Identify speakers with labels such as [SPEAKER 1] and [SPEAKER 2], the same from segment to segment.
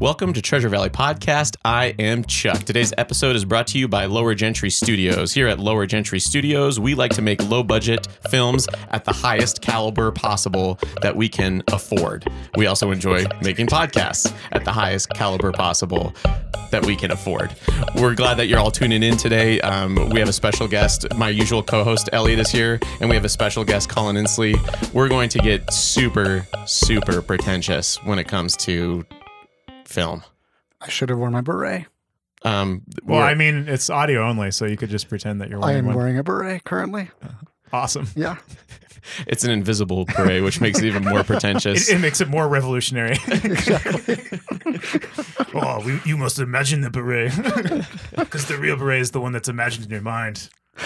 [SPEAKER 1] Welcome to Treasure Valley Podcast. I am Chuck. Today's episode is brought to you by Lower Gentry Studios. Here at Lower Gentry Studios, we like to make low budget films at the highest caliber possible that we can afford. We also enjoy making podcasts at the highest caliber possible that we can afford. We're glad that you're all tuning in today. Um, we have a special guest. My usual co host, Elliot, is here, and we have a special guest, Colin Inslee. We're going to get super, super pretentious when it comes to film.
[SPEAKER 2] I should have worn my beret.
[SPEAKER 1] Um,
[SPEAKER 3] Well,
[SPEAKER 1] we're-
[SPEAKER 3] I mean, it's audio only, so you could just pretend that you're
[SPEAKER 2] I
[SPEAKER 3] wearing
[SPEAKER 2] am
[SPEAKER 3] one.
[SPEAKER 2] wearing a beret currently.
[SPEAKER 3] Awesome.
[SPEAKER 2] Yeah.
[SPEAKER 1] it's an invisible parade, which makes it even more pretentious.
[SPEAKER 3] It, it makes it more revolutionary. oh, we, you must imagine the beret, because the real beret is the one that's imagined in your mind.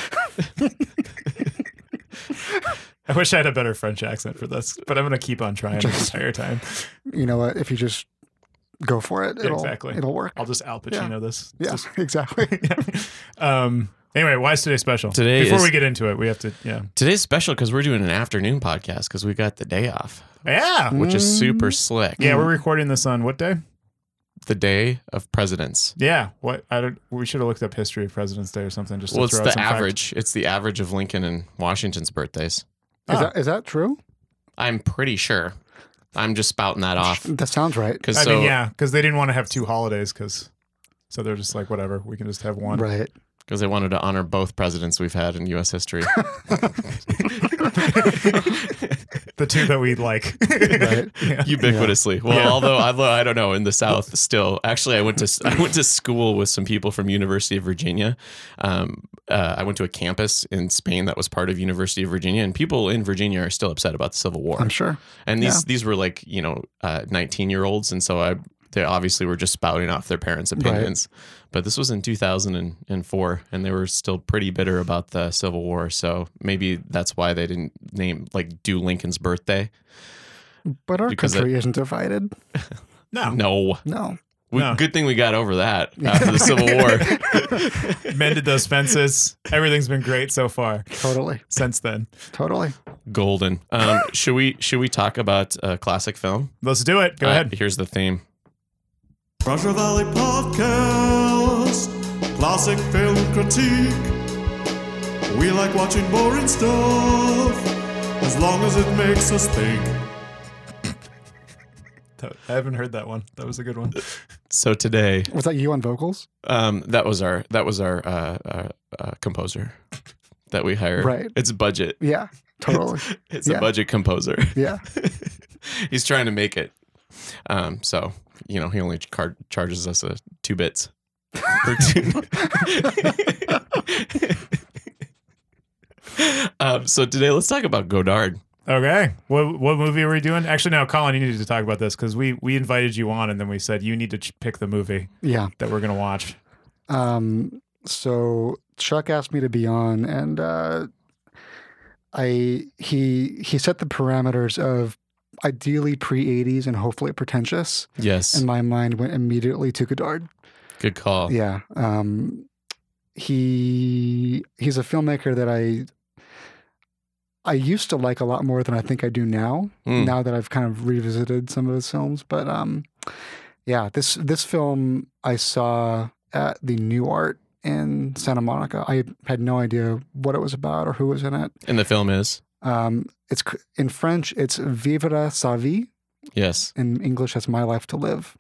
[SPEAKER 3] I wish I had a better French accent for this, but I'm gonna keep on trying the entire time.
[SPEAKER 2] You know what? If you just go for it, it'll,
[SPEAKER 3] exactly.
[SPEAKER 2] it'll work.
[SPEAKER 3] I'll just Al Pacino this.
[SPEAKER 2] yeah,
[SPEAKER 3] Just-
[SPEAKER 2] exactly.
[SPEAKER 3] um. Anyway, why is today special?
[SPEAKER 1] Today
[SPEAKER 3] before
[SPEAKER 1] is-
[SPEAKER 3] we get into it, we have to. Yeah.
[SPEAKER 1] Today's special because we're doing an afternoon podcast because we got the day off,
[SPEAKER 3] Yeah.
[SPEAKER 1] which is super slick.
[SPEAKER 3] Mm-hmm. Yeah. We're recording this on what day?
[SPEAKER 1] the day of presidents.
[SPEAKER 3] Yeah, what I don't. We should have looked up history of President's Day or something. Just
[SPEAKER 1] Well, it's
[SPEAKER 3] to throw
[SPEAKER 1] the
[SPEAKER 3] out some fact.
[SPEAKER 1] average. It's the average of Lincoln and Washington's birthdays.
[SPEAKER 2] Is,
[SPEAKER 3] Ah.
[SPEAKER 2] that, is that true?
[SPEAKER 1] I'm pretty sure. I'm just spouting that off
[SPEAKER 2] That sounds right.
[SPEAKER 1] because
[SPEAKER 3] I
[SPEAKER 1] so
[SPEAKER 3] mean, yeah, because they didn't want to have two holidays, because so they're just like whatever. We can just have one.
[SPEAKER 2] Right.
[SPEAKER 1] because they wanted to honor both presidents we've had in U.S. history.
[SPEAKER 3] The two that we like.
[SPEAKER 2] Right.
[SPEAKER 3] yeah.
[SPEAKER 1] ubiquitously. Well,
[SPEAKER 3] Yeah.
[SPEAKER 1] although I, I don't know in the South still. Actually, I went to I went to school with some people from University of Virginia. Um, uh, I went to a campus in Spain that was part of University of Virginia, and people in Virginia are still upset about the Civil War.
[SPEAKER 2] I'm sure.
[SPEAKER 1] And these these were like you know nineteen year olds, and so I they obviously were just spouting off their parents' opinions. But this was in two thousand and four, and they were still pretty bitter about the Civil War. So maybe that's why they didn't name like do Lincoln's birthday.
[SPEAKER 2] But our
[SPEAKER 1] Because
[SPEAKER 2] country is isn't divided.
[SPEAKER 3] No,
[SPEAKER 1] No.
[SPEAKER 2] No.
[SPEAKER 1] We,
[SPEAKER 3] No.
[SPEAKER 1] Good thing we got over that after the Civil War.
[SPEAKER 3] mended those fences. Everything's been great so far
[SPEAKER 2] Totally.
[SPEAKER 3] since then.
[SPEAKER 2] Totally.
[SPEAKER 1] Golden. Um, should we should we talk about a classic film?
[SPEAKER 3] Let's do it. Go
[SPEAKER 1] Uh,
[SPEAKER 3] ahead.
[SPEAKER 1] Here's the theme.
[SPEAKER 4] Treasure Valley Podcast, classic film critique. We like watching boring stuff as long as it makes us think.
[SPEAKER 3] I haven't heard that one. That was a good one.
[SPEAKER 1] So today,
[SPEAKER 2] Was that you on vocals?
[SPEAKER 1] um, that was our that was our uh, uh, uh, composer that we hired.
[SPEAKER 2] Right.
[SPEAKER 1] It's budget.
[SPEAKER 2] Yeah. Totally.
[SPEAKER 1] It's
[SPEAKER 2] Yeah.
[SPEAKER 1] a budget composer.
[SPEAKER 2] Yeah.
[SPEAKER 1] He's trying to make it. Um, so you know he only car- charges us a two bits. per tune. um, so today, let's talk about Godard.
[SPEAKER 3] Okay. What what movie are we doing? Actually, no, Colin, you need to talk about this because we we invited you on, and then we said you need to ch- pick the movie
[SPEAKER 2] Yeah.
[SPEAKER 3] that we're gonna watch.
[SPEAKER 2] Um, so Chuck asked me to be on, and uh, I he he set the parameters of ideally pre '80s and hopefully pretentious,
[SPEAKER 1] Yes,
[SPEAKER 2] and my mind went immediately to Godard.
[SPEAKER 1] good call.
[SPEAKER 2] Yeah, um, he he's a filmmaker that I I used to like a lot more than I think I do now.
[SPEAKER 1] Mm.
[SPEAKER 2] Now that I've kind of revisited some of his films, but um, yeah, this this film I saw at the New Art in Santa Monica. I had no idea what it was about or who was in it.
[SPEAKER 1] And the film is
[SPEAKER 2] Um, it's c- in French. It's Vivre sa vie.
[SPEAKER 1] yes,
[SPEAKER 2] In English, that's My Life to Live.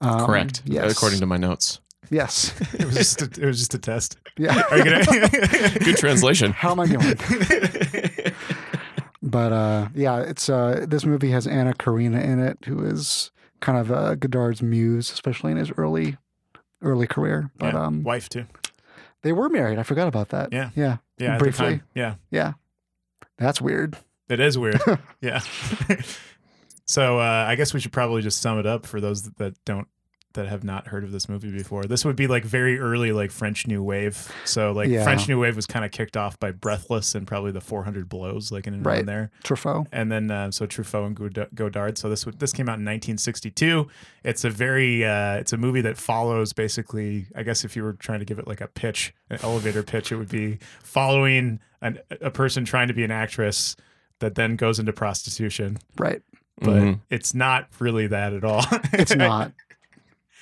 [SPEAKER 2] Um,
[SPEAKER 1] correct.
[SPEAKER 2] Yes.
[SPEAKER 1] according to my notes.
[SPEAKER 2] yes.
[SPEAKER 3] It was just a, it was just a test.
[SPEAKER 2] Yeah.
[SPEAKER 3] Are you gonna?
[SPEAKER 1] Good translation.
[SPEAKER 2] How am I doing? But uh, yeah, it's uh, this movie has Anna Karina in it, who is kind of uh, Godard's muse, especially in his early early career. But
[SPEAKER 3] Yeah,
[SPEAKER 2] um,
[SPEAKER 3] wife too.
[SPEAKER 2] they were married. I forgot about that.
[SPEAKER 3] Yeah.
[SPEAKER 2] yeah,
[SPEAKER 3] Yeah, at the
[SPEAKER 2] briefly.
[SPEAKER 3] time. Yeah,
[SPEAKER 2] yeah. That's weird.
[SPEAKER 3] it is weird. yeah. so uh, I guess we should probably just sum it up for those that don't that have not heard of this movie before. This would be like very early, like French New Wave. So like
[SPEAKER 2] Yeah.
[SPEAKER 3] French New Wave was kind of kicked off by Breathless and probably the 400 Blows, like in and
[SPEAKER 2] Right.
[SPEAKER 3] around there.
[SPEAKER 2] Truffaut.
[SPEAKER 3] and then uh, so Truffaut and Godard- Godard. So this would- this came out in 1962. It's a very uh, it's a movie that follows basically. I guess if you were trying to give it like a pitch, an elevator pitch, it would be following an, a person trying to be an actress that then goes into prostitution
[SPEAKER 2] Right.
[SPEAKER 3] but
[SPEAKER 1] Mhm.
[SPEAKER 3] it's not really that at all.
[SPEAKER 2] It's not.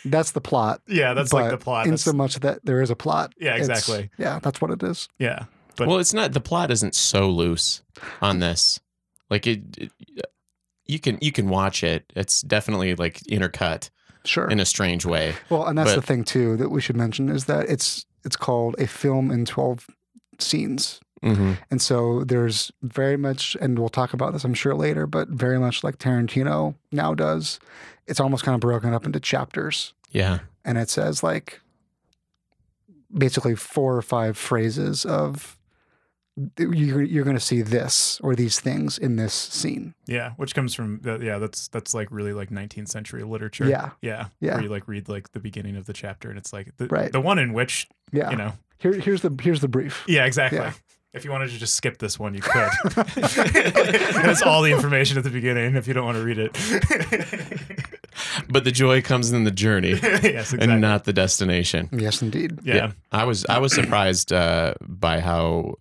[SPEAKER 2] That's the plot.
[SPEAKER 3] yeah, that's like
[SPEAKER 2] but
[SPEAKER 3] the plot.
[SPEAKER 2] In
[SPEAKER 3] That's,
[SPEAKER 2] so much that there is a plot.
[SPEAKER 3] yeah,
[SPEAKER 2] It's-
[SPEAKER 3] exactly.
[SPEAKER 2] yeah, that's what it is.
[SPEAKER 3] Yeah. But-
[SPEAKER 1] well, it's not the plot isn't so loose on this. Like it, it- you can you can watch it. It's definitely like intercut
[SPEAKER 2] Sure.
[SPEAKER 1] in a strange way.
[SPEAKER 2] well, and that's
[SPEAKER 1] but-
[SPEAKER 2] the thing too that we should mention is that it's it's called a film in twelve scenes.
[SPEAKER 1] Mm-hmm.
[SPEAKER 2] And so there's very much, and we'll talk about this, I'm sure, later, but very much like Tarantino now does, it's almost kind of broken up into chapters.
[SPEAKER 1] Yeah.
[SPEAKER 2] And it says like basically four or five phrases of you're, you're going to see this or these things in this scene.
[SPEAKER 3] Yeah, which comes from the, yeah, that's that's like really like 19th century literature.
[SPEAKER 2] Yeah.
[SPEAKER 3] yeah,
[SPEAKER 2] Yeah.
[SPEAKER 3] Where you like read like the beginning of the chapter, and it's like the
[SPEAKER 2] Right.
[SPEAKER 3] the one in which
[SPEAKER 2] Yeah.
[SPEAKER 3] you know,
[SPEAKER 2] Here, here's the here's the brief.
[SPEAKER 3] yeah, exactly.
[SPEAKER 2] Yeah.
[SPEAKER 3] If you wanted to just skip this one, you could. That's all the information at the beginning. If you don't want to read it,
[SPEAKER 1] But the joy comes in the journey
[SPEAKER 3] yes, exactly.
[SPEAKER 1] and uh, not the destination.
[SPEAKER 2] Yes, indeed.
[SPEAKER 3] yeah.
[SPEAKER 1] I was I was surprised uh, by how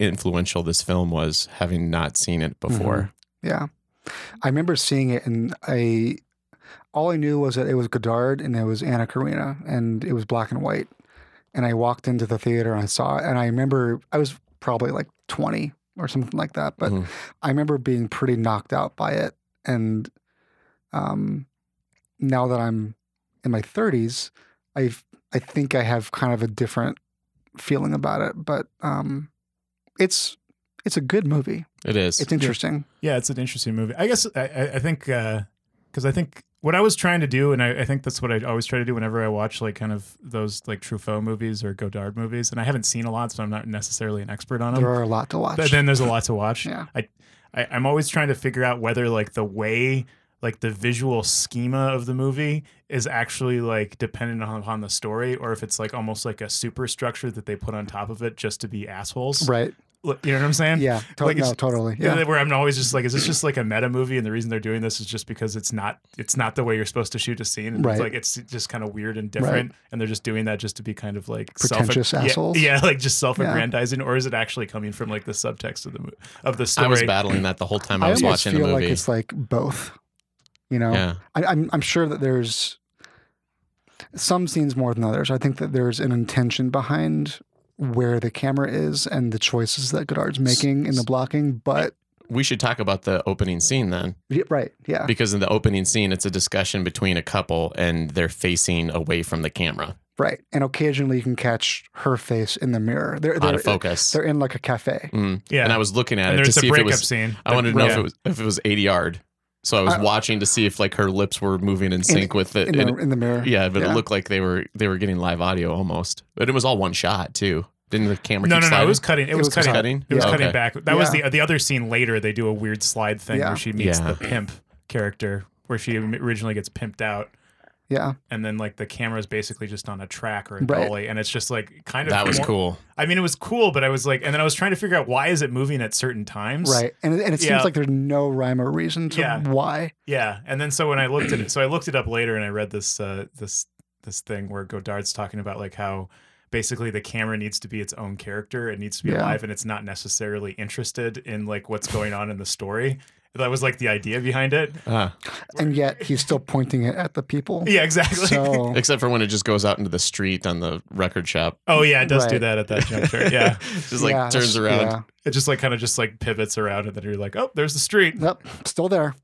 [SPEAKER 1] influential this film was, having not seen it before.
[SPEAKER 2] Yeah. I remember seeing it and I all I knew was that it was Godard and it was Anna Karina and it was black and white. And I walked into the theater and I saw it and I remember I was probably like 20 or something like that, but
[SPEAKER 1] Mhm.
[SPEAKER 2] I remember being pretty knocked out by it and um now that I'm in my 30s, I I think I have kind of a different feeling about it, but um it's it's a good movie.
[SPEAKER 1] It is.
[SPEAKER 2] Mm-hmm. It's interesting.
[SPEAKER 3] Yeah, it's an interesting movie. I guess I, I I think because I think what I was trying to do, and I, I think that's what I always try to do whenever I watch like kind of those like Truffaut movies or Godard movies, and I haven't seen a lot, so I'm not necessarily an expert on
[SPEAKER 2] There
[SPEAKER 3] them.
[SPEAKER 2] are a lot to watch.
[SPEAKER 3] Um, But then there's a lot to watch.
[SPEAKER 2] Yeah.
[SPEAKER 3] I, I I'm always trying to figure out whether like the way like the visual schema of the movie is actually like dependent on- upon the story or if it's like almost like a superstructure that they put on top of it just to be assholes.
[SPEAKER 2] Right.
[SPEAKER 3] Right. You know what I'm saying?
[SPEAKER 2] Yeah. To-
[SPEAKER 3] Like,
[SPEAKER 2] no,
[SPEAKER 3] it's-
[SPEAKER 2] totally.
[SPEAKER 3] Yeah.
[SPEAKER 2] Yeah.
[SPEAKER 3] where I'm always just like, is this just like a meta movie? And the reason they're doing this is just because it's not it's not the way you're supposed to shoot a scene. And
[SPEAKER 2] Right.
[SPEAKER 3] It's like it's just kind of weird and different. And they're just doing that just to be kind of like self-
[SPEAKER 2] Pretentious
[SPEAKER 3] yeah,
[SPEAKER 2] assholes?
[SPEAKER 3] Yeah, like just self-aggrandizing, or is it actually coming from like the subtext of the mo- of the story?
[SPEAKER 1] I was battling that the whole time I,
[SPEAKER 2] I
[SPEAKER 1] was
[SPEAKER 2] almost
[SPEAKER 1] watching the
[SPEAKER 2] feel
[SPEAKER 1] movie.
[SPEAKER 2] like it's like both. You know,
[SPEAKER 1] yeah.
[SPEAKER 2] I, I'm I'm sure that there's some scenes more than others. I think that there's an intention behind where the camera is and the choices that Godard's making in the blocking. But
[SPEAKER 1] We should talk about the opening scene then,
[SPEAKER 2] Yeah, right, yeah,
[SPEAKER 1] because in the opening scene, it's a discussion between a couple and they're facing away from the camera,
[SPEAKER 2] right. And occasionally you can catch her face in the mirror. They're
[SPEAKER 1] out
[SPEAKER 2] they're,
[SPEAKER 1] of focus.
[SPEAKER 2] they're in like a cafe.
[SPEAKER 1] Mm.
[SPEAKER 3] uh, Yeah.
[SPEAKER 1] And I was looking at
[SPEAKER 3] and
[SPEAKER 1] it to
[SPEAKER 3] there's
[SPEAKER 1] see
[SPEAKER 3] a
[SPEAKER 1] if it
[SPEAKER 3] breakup
[SPEAKER 1] was.
[SPEAKER 3] scene.
[SPEAKER 1] I wanted to know if
[SPEAKER 3] Yeah. Uh,
[SPEAKER 1] it was if it was eighty yard. So I was
[SPEAKER 2] I-
[SPEAKER 1] watching to see if like her lips were moving in sync with it.
[SPEAKER 2] In the, in the mirror.
[SPEAKER 1] yeah, but
[SPEAKER 2] yeah.
[SPEAKER 1] it looked like they were they were getting live audio almost. But it was all one shot too. Didn't the camera?
[SPEAKER 3] No,
[SPEAKER 1] keep
[SPEAKER 3] no, no.
[SPEAKER 1] sliding?
[SPEAKER 3] It was cutting. It,
[SPEAKER 2] It
[SPEAKER 3] was,
[SPEAKER 2] was
[SPEAKER 3] cutting.
[SPEAKER 1] cutting?
[SPEAKER 3] It was
[SPEAKER 1] Yeah.
[SPEAKER 3] cutting
[SPEAKER 1] Okay.
[SPEAKER 3] back. That was
[SPEAKER 2] Yeah.
[SPEAKER 3] the the other scene later. They do a weird slide thing
[SPEAKER 2] Yeah.
[SPEAKER 3] where she meets
[SPEAKER 1] Yeah.
[SPEAKER 3] the pimp character, where she originally gets pimped out.
[SPEAKER 2] Yeah.
[SPEAKER 3] and then like the camera is basically just on a track or a
[SPEAKER 2] Right.
[SPEAKER 3] dolly, and it's just like kind of
[SPEAKER 1] that was
[SPEAKER 3] more-
[SPEAKER 1] cool.
[SPEAKER 3] I mean, it was cool, but I was like, and then I was trying to figure out why is it moving at certain times,
[SPEAKER 2] Right. And it, and it
[SPEAKER 3] Yeah.
[SPEAKER 2] seems like there's no rhyme or reason to
[SPEAKER 3] Yeah.
[SPEAKER 2] why.
[SPEAKER 3] Yeah, and then so when I looked at it, so I looked it up later, and I read this uh, this this thing where Godard's talking about like how basically the camera needs to be its own character, it needs to be
[SPEAKER 2] Yeah.
[SPEAKER 3] alive, and it's not necessarily interested in like what's going on in the story. That was like the idea behind it.
[SPEAKER 1] Uh,
[SPEAKER 2] and yet he's still pointing it at the people.
[SPEAKER 3] Yeah, exactly.
[SPEAKER 2] So
[SPEAKER 1] except for when it just goes out into the street on the record shop.
[SPEAKER 3] oh yeah, it does do
[SPEAKER 2] Right.
[SPEAKER 3] that at that juncture. Yeah,
[SPEAKER 1] just like
[SPEAKER 2] yeah,
[SPEAKER 1] turns
[SPEAKER 2] that's-
[SPEAKER 1] around.
[SPEAKER 2] yeah.
[SPEAKER 3] it just like kind of just like pivots around, and then you're like, oh, there's the street.
[SPEAKER 2] Yep, still there.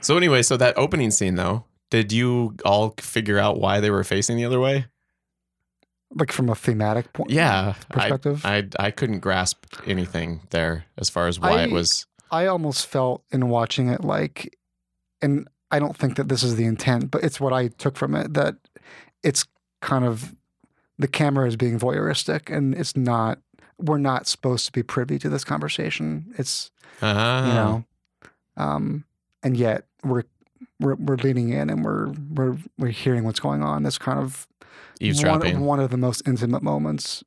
[SPEAKER 1] So anyway, so that opening scene though, did you all figure out why they were facing the other way?
[SPEAKER 2] Like from a thematic point.
[SPEAKER 1] Yeah, I,
[SPEAKER 2] Perspective. I,
[SPEAKER 1] I I couldn't grasp anything there as far as why
[SPEAKER 2] I-
[SPEAKER 1] it was.
[SPEAKER 2] almost felt in watching it like, and I don't think that this is the intent, but it's what I took from it that it's kind of the camera is being voyeuristic and it's not. We're not supposed to be privy to this conversation. It's
[SPEAKER 1] Uh,
[SPEAKER 2] you know, um, and yet we're. We're, we're leaning in and we're we're we're hearing what's going on. That's kind of
[SPEAKER 1] eavesdropping.
[SPEAKER 2] One, one of the most intimate moments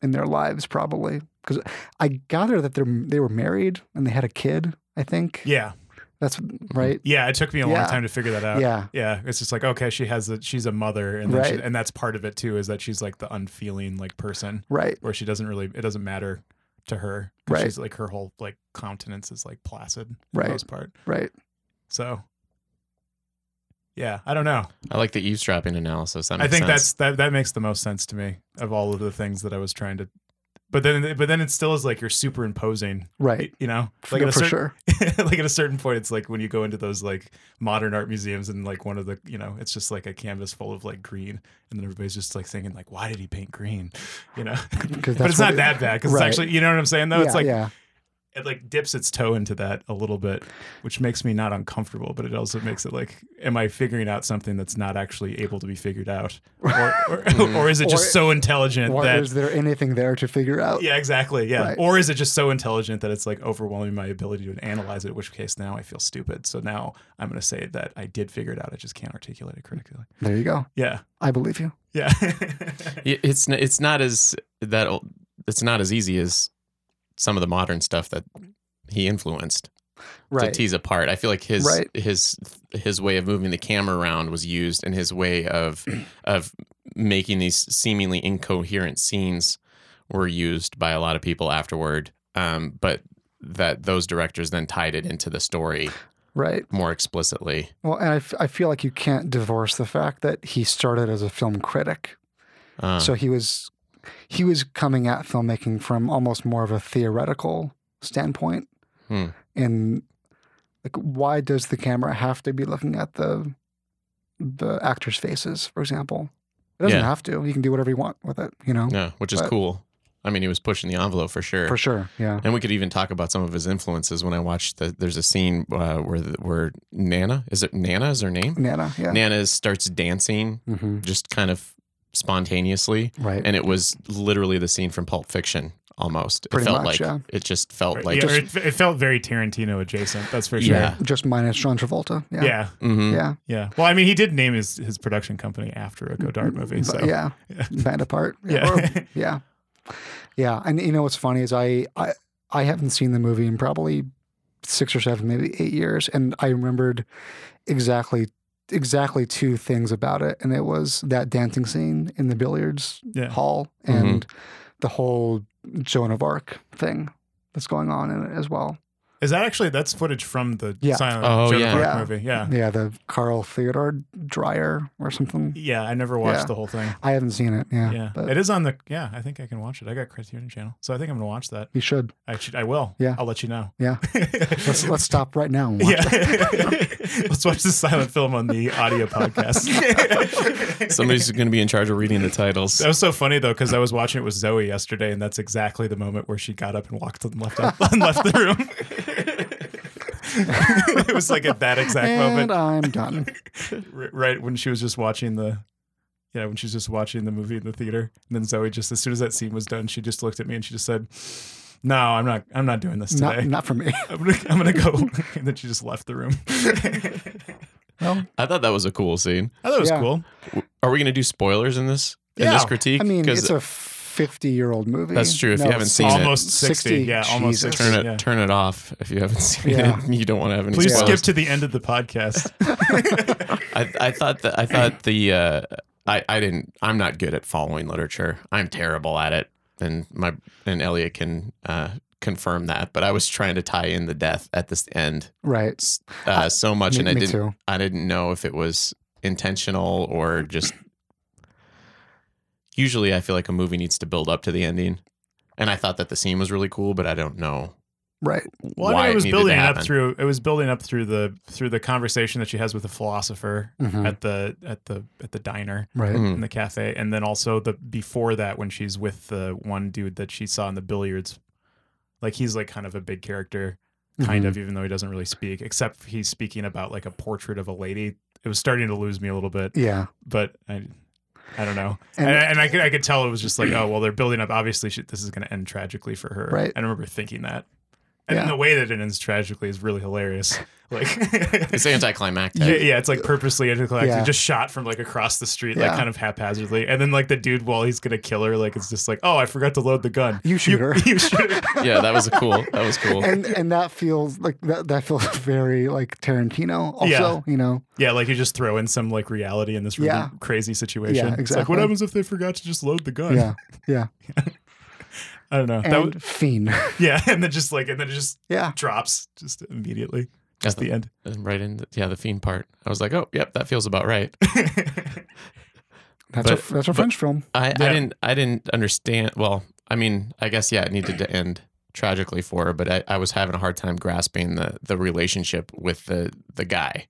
[SPEAKER 2] in their lives, probably. Because I gather that they're they were married and they had a kid. I think
[SPEAKER 3] Yeah,
[SPEAKER 2] that's right.
[SPEAKER 3] yeah. It took me a long
[SPEAKER 2] Yeah.
[SPEAKER 3] time to figure that out.
[SPEAKER 2] Yeah,
[SPEAKER 3] Yeah, it's just like okay, she has a she's a mother, and then she,
[SPEAKER 2] Right.
[SPEAKER 3] and that's part of it too is that she's like the unfeeling like person
[SPEAKER 2] right.
[SPEAKER 3] where she doesn't really it doesn't matter to her. 'cause
[SPEAKER 2] Right.
[SPEAKER 3] She's like her whole like countenance is like placid for
[SPEAKER 2] Right.
[SPEAKER 3] the most part.
[SPEAKER 2] Right.
[SPEAKER 3] So yeah, I don't know.
[SPEAKER 1] I like the eavesdropping analysis. That
[SPEAKER 3] I
[SPEAKER 1] makes
[SPEAKER 3] think
[SPEAKER 1] sense.
[SPEAKER 3] that's that that makes the most sense to me of all of the things that I was trying to but then but then it still is like you're superimposing,
[SPEAKER 2] Right.
[SPEAKER 3] you know?
[SPEAKER 2] No,
[SPEAKER 3] at a
[SPEAKER 2] for
[SPEAKER 3] cer-
[SPEAKER 2] sure.
[SPEAKER 3] like at a certain point it's like when you go into those like modern art museums and like one of the, you know, it's just like a canvas full of like green and then everybody's just like thinking like why did he paint green? You know.
[SPEAKER 2] Because
[SPEAKER 3] but it's
[SPEAKER 2] what
[SPEAKER 3] not
[SPEAKER 2] it-
[SPEAKER 3] that bad cuz
[SPEAKER 2] Right.
[SPEAKER 3] it's actually, you know what I'm saying though?
[SPEAKER 2] yeah,
[SPEAKER 3] it's like
[SPEAKER 2] yeah.
[SPEAKER 3] it like dips its toe into that a little bit, which makes me not uncomfortable, but it also makes it like, am I figuring out something that's not actually able to be figured out, or or, or is it just
[SPEAKER 2] Or-
[SPEAKER 3] so intelligent
[SPEAKER 2] Or
[SPEAKER 3] that
[SPEAKER 2] is there anything there to figure out?
[SPEAKER 3] yeah, exactly, yeah,
[SPEAKER 2] Right.
[SPEAKER 3] or is it just so intelligent that it's like overwhelming my ability to analyze it? Which case now I feel stupid. So now I'm gonna say that I did figure it out. I just can't articulate it critically.
[SPEAKER 2] There you go.
[SPEAKER 3] Yeah,
[SPEAKER 2] I believe you.
[SPEAKER 3] yeah,
[SPEAKER 1] Y- it's n- it's not as that it's not as easy as some of the modern stuff that he influenced to tease apart. I feel like his
[SPEAKER 2] Right.
[SPEAKER 1] his his way of moving the camera around was used, and his way of of making these seemingly incoherent scenes were used by a lot of people afterward. Um, but that those directors then tied it into the story
[SPEAKER 2] Right.
[SPEAKER 1] more explicitly.
[SPEAKER 2] Well, and I, f- I feel like you can't divorce the fact that he started as a film critic.
[SPEAKER 1] Uh,
[SPEAKER 2] So he was he was coming at filmmaking from almost more of a theoretical standpoint.
[SPEAKER 1] Hmm.
[SPEAKER 2] And like why does the camera have to be looking at the the actors' faces, for example? It doesn't
[SPEAKER 1] Yeah.
[SPEAKER 2] have to. You can do whatever you want with it, you know?
[SPEAKER 1] yeah, which is
[SPEAKER 2] but-
[SPEAKER 1] cool. I mean, he was pushing the envelope for sure.
[SPEAKER 2] For sure. Yeah.
[SPEAKER 1] And we could even talk about some of his influences. When I watched, the, there's a scene uh, where the, where Nana is it Nana is her name?
[SPEAKER 2] Nana, yeah.
[SPEAKER 1] Nana is- starts dancing
[SPEAKER 2] hmm
[SPEAKER 1] just kind of spontaneously,
[SPEAKER 2] Right.
[SPEAKER 1] and it was literally the scene from Pulp Fiction almost. it
[SPEAKER 2] Pretty
[SPEAKER 1] felt like
[SPEAKER 2] much, yeah.
[SPEAKER 1] it just felt
[SPEAKER 3] like
[SPEAKER 1] like
[SPEAKER 3] yeah, or it, it felt very Tarantino adjacent. That's for sure.
[SPEAKER 1] Yeah.
[SPEAKER 2] Just minus John Travolta. Yeah.
[SPEAKER 3] yeah.
[SPEAKER 1] Mhm.
[SPEAKER 2] Yeah.
[SPEAKER 3] Yeah. Well, I mean, he did name his, his production company after a Godard movie. So
[SPEAKER 2] Mm-hmm. But yeah. Band apart.
[SPEAKER 3] Yeah.
[SPEAKER 2] Or- Yeah. Yeah. And you know what's funny is I, I I haven't seen the movie in probably six or seven, maybe eight years. And I remembered exactly exactly two things about it. And it was that dancing scene in the billiards
[SPEAKER 3] yeah.
[SPEAKER 2] hall and the whole Joan of Arc thing that's going on in it as well.
[SPEAKER 3] Is that actually that's footage from the
[SPEAKER 2] Yeah.
[SPEAKER 3] Silent
[SPEAKER 1] Oh,
[SPEAKER 3] Joan of
[SPEAKER 1] yeah.
[SPEAKER 3] Arc
[SPEAKER 2] Yeah.
[SPEAKER 3] movie? Yeah.
[SPEAKER 2] Yeah, the Carl Theodore Dreyer or something.
[SPEAKER 3] Yeah, I never watched
[SPEAKER 2] Yeah.
[SPEAKER 3] the whole thing.
[SPEAKER 2] I haven't seen it. Yeah.
[SPEAKER 3] Yeah.
[SPEAKER 2] But
[SPEAKER 3] it is on the Yeah, I think I can watch it. I got Criterion Channel. So I think I'm going to watch that.
[SPEAKER 2] you should.
[SPEAKER 3] I should I will.
[SPEAKER 2] Yeah.
[SPEAKER 3] I'll let you know.
[SPEAKER 2] Yeah. Let's let's stop right now and watch
[SPEAKER 3] yeah. Let's watch the silent film on the audio podcast.
[SPEAKER 1] Somebody's going to be in charge of reading the titles.
[SPEAKER 3] That was so funny though, because I was watching it with Zoe yesterday, and that's exactly the moment where she got up and walked and left and left the room. it was like at that exact
[SPEAKER 2] And
[SPEAKER 3] moment,
[SPEAKER 2] I'm done.
[SPEAKER 3] r- right when she was just watching the, yeah, when she was just watching the movie in the theater, and then Zoe just as soon as that scene was done, she just looked at me and she just said, "No, I'm not. I'm not doing this today.
[SPEAKER 2] Not, not for me.
[SPEAKER 3] I'm, gonna, I'm gonna go." and then she just left the room.
[SPEAKER 2] Well,
[SPEAKER 1] I thought that was a cool scene.
[SPEAKER 3] I thought it was
[SPEAKER 2] Yeah.
[SPEAKER 3] cool.
[SPEAKER 1] Are we going to do spoilers in this in
[SPEAKER 3] Yeah.
[SPEAKER 1] this critique?
[SPEAKER 2] I mean,
[SPEAKER 1] 'Cause
[SPEAKER 2] it's a 50 year old movie.
[SPEAKER 1] That's true, if you haven't
[SPEAKER 2] it's
[SPEAKER 1] seen it.
[SPEAKER 3] Almost 60.
[SPEAKER 2] 60,
[SPEAKER 3] Yeah, almost
[SPEAKER 2] Jesus.
[SPEAKER 3] 60.
[SPEAKER 1] turn it
[SPEAKER 3] yeah.
[SPEAKER 1] turn it off if you haven't seen
[SPEAKER 2] Yeah.
[SPEAKER 1] it. You don't want to have any.
[SPEAKER 3] Please
[SPEAKER 1] spoilers.
[SPEAKER 3] skip to the end of the podcast.
[SPEAKER 1] I, I thought that I thought the uh, I I didn't I'm not good at following literature. I'm terrible at it, and my and Elliot can uh, confirm that. But I was trying to tie in the death at this end
[SPEAKER 2] Right.
[SPEAKER 1] s- uh, so much,
[SPEAKER 2] Me,
[SPEAKER 1] and I
[SPEAKER 2] me
[SPEAKER 1] didn't
[SPEAKER 2] too.
[SPEAKER 1] I didn't know if it was intentional or just. Usually, I feel like a movie needs to build up to the ending, and I thought that the scene was really cool, but I don't know
[SPEAKER 2] Right.
[SPEAKER 3] Well,
[SPEAKER 1] why
[SPEAKER 3] I mean, it was
[SPEAKER 1] needed to
[SPEAKER 3] building up
[SPEAKER 1] happen.
[SPEAKER 3] through it was building up through the through the conversation that she has with the philosopher
[SPEAKER 2] Mhm.
[SPEAKER 1] Hmm.
[SPEAKER 3] at the at the at the diner
[SPEAKER 2] Right.
[SPEAKER 1] Mm.
[SPEAKER 3] in the cafe, and then also the before that when she's with the one dude that she saw in the billiards, like he's like kind of a big character,
[SPEAKER 2] Mm-hmm.
[SPEAKER 3] kind of, even though he doesn't really speak, except he's speaking about like a portrait of a lady. It was starting to lose me a little bit,
[SPEAKER 2] Yeah.
[SPEAKER 3] but I. I don't know,
[SPEAKER 2] And-
[SPEAKER 3] and, and, I, could I could tell it was just like, oh well, they're building up. Obviously, she, this is going to end tragically for her.
[SPEAKER 2] Right.
[SPEAKER 3] I remember thinking that, and
[SPEAKER 2] Yeah.
[SPEAKER 3] then the way that it ends tragically is really hilarious. Like,
[SPEAKER 1] It's anticlimactic.
[SPEAKER 3] yeah, yeah, it's like purposely anticlimactic,
[SPEAKER 2] Yeah.
[SPEAKER 3] just shot from like across the street,
[SPEAKER 2] Yeah.
[SPEAKER 3] like kind of haphazardly. And then like the dude, while he's going to kill her, like it's just like, oh, I forgot to load the gun.
[SPEAKER 2] You shoot her.
[SPEAKER 3] You shoot her.
[SPEAKER 1] Yeah, that was a cool. That was cool.
[SPEAKER 2] And and that feels like that, that feels very like Tarantino also,
[SPEAKER 3] Yeah.
[SPEAKER 2] you know.
[SPEAKER 3] Yeah, like you just throw in some like reality in this really
[SPEAKER 2] Yeah.
[SPEAKER 3] crazy situation.
[SPEAKER 2] Yeah,
[SPEAKER 3] It's like, what
[SPEAKER 2] exactly.
[SPEAKER 3] happens if they forgot to just load the gun?
[SPEAKER 2] Yeah. Yeah.
[SPEAKER 3] I don't know.
[SPEAKER 2] and
[SPEAKER 3] That was,
[SPEAKER 2] Fiend.
[SPEAKER 3] yeah, and then just like and then it just
[SPEAKER 2] yeah,
[SPEAKER 3] drops just immediately.
[SPEAKER 1] That's
[SPEAKER 3] Just the end.
[SPEAKER 1] right in. The, yeah, the fiend part. I was like, oh, yep, that feels about right.
[SPEAKER 2] that's
[SPEAKER 1] But-
[SPEAKER 2] a that's a
[SPEAKER 1] but-
[SPEAKER 2] French film.
[SPEAKER 1] I, I
[SPEAKER 3] Yeah.
[SPEAKER 1] didn't I didn't understand. Well, I mean, I guess yeah, it needed to end tragically for her, but I, I was having a hard time grasping the the relationship with the the guy,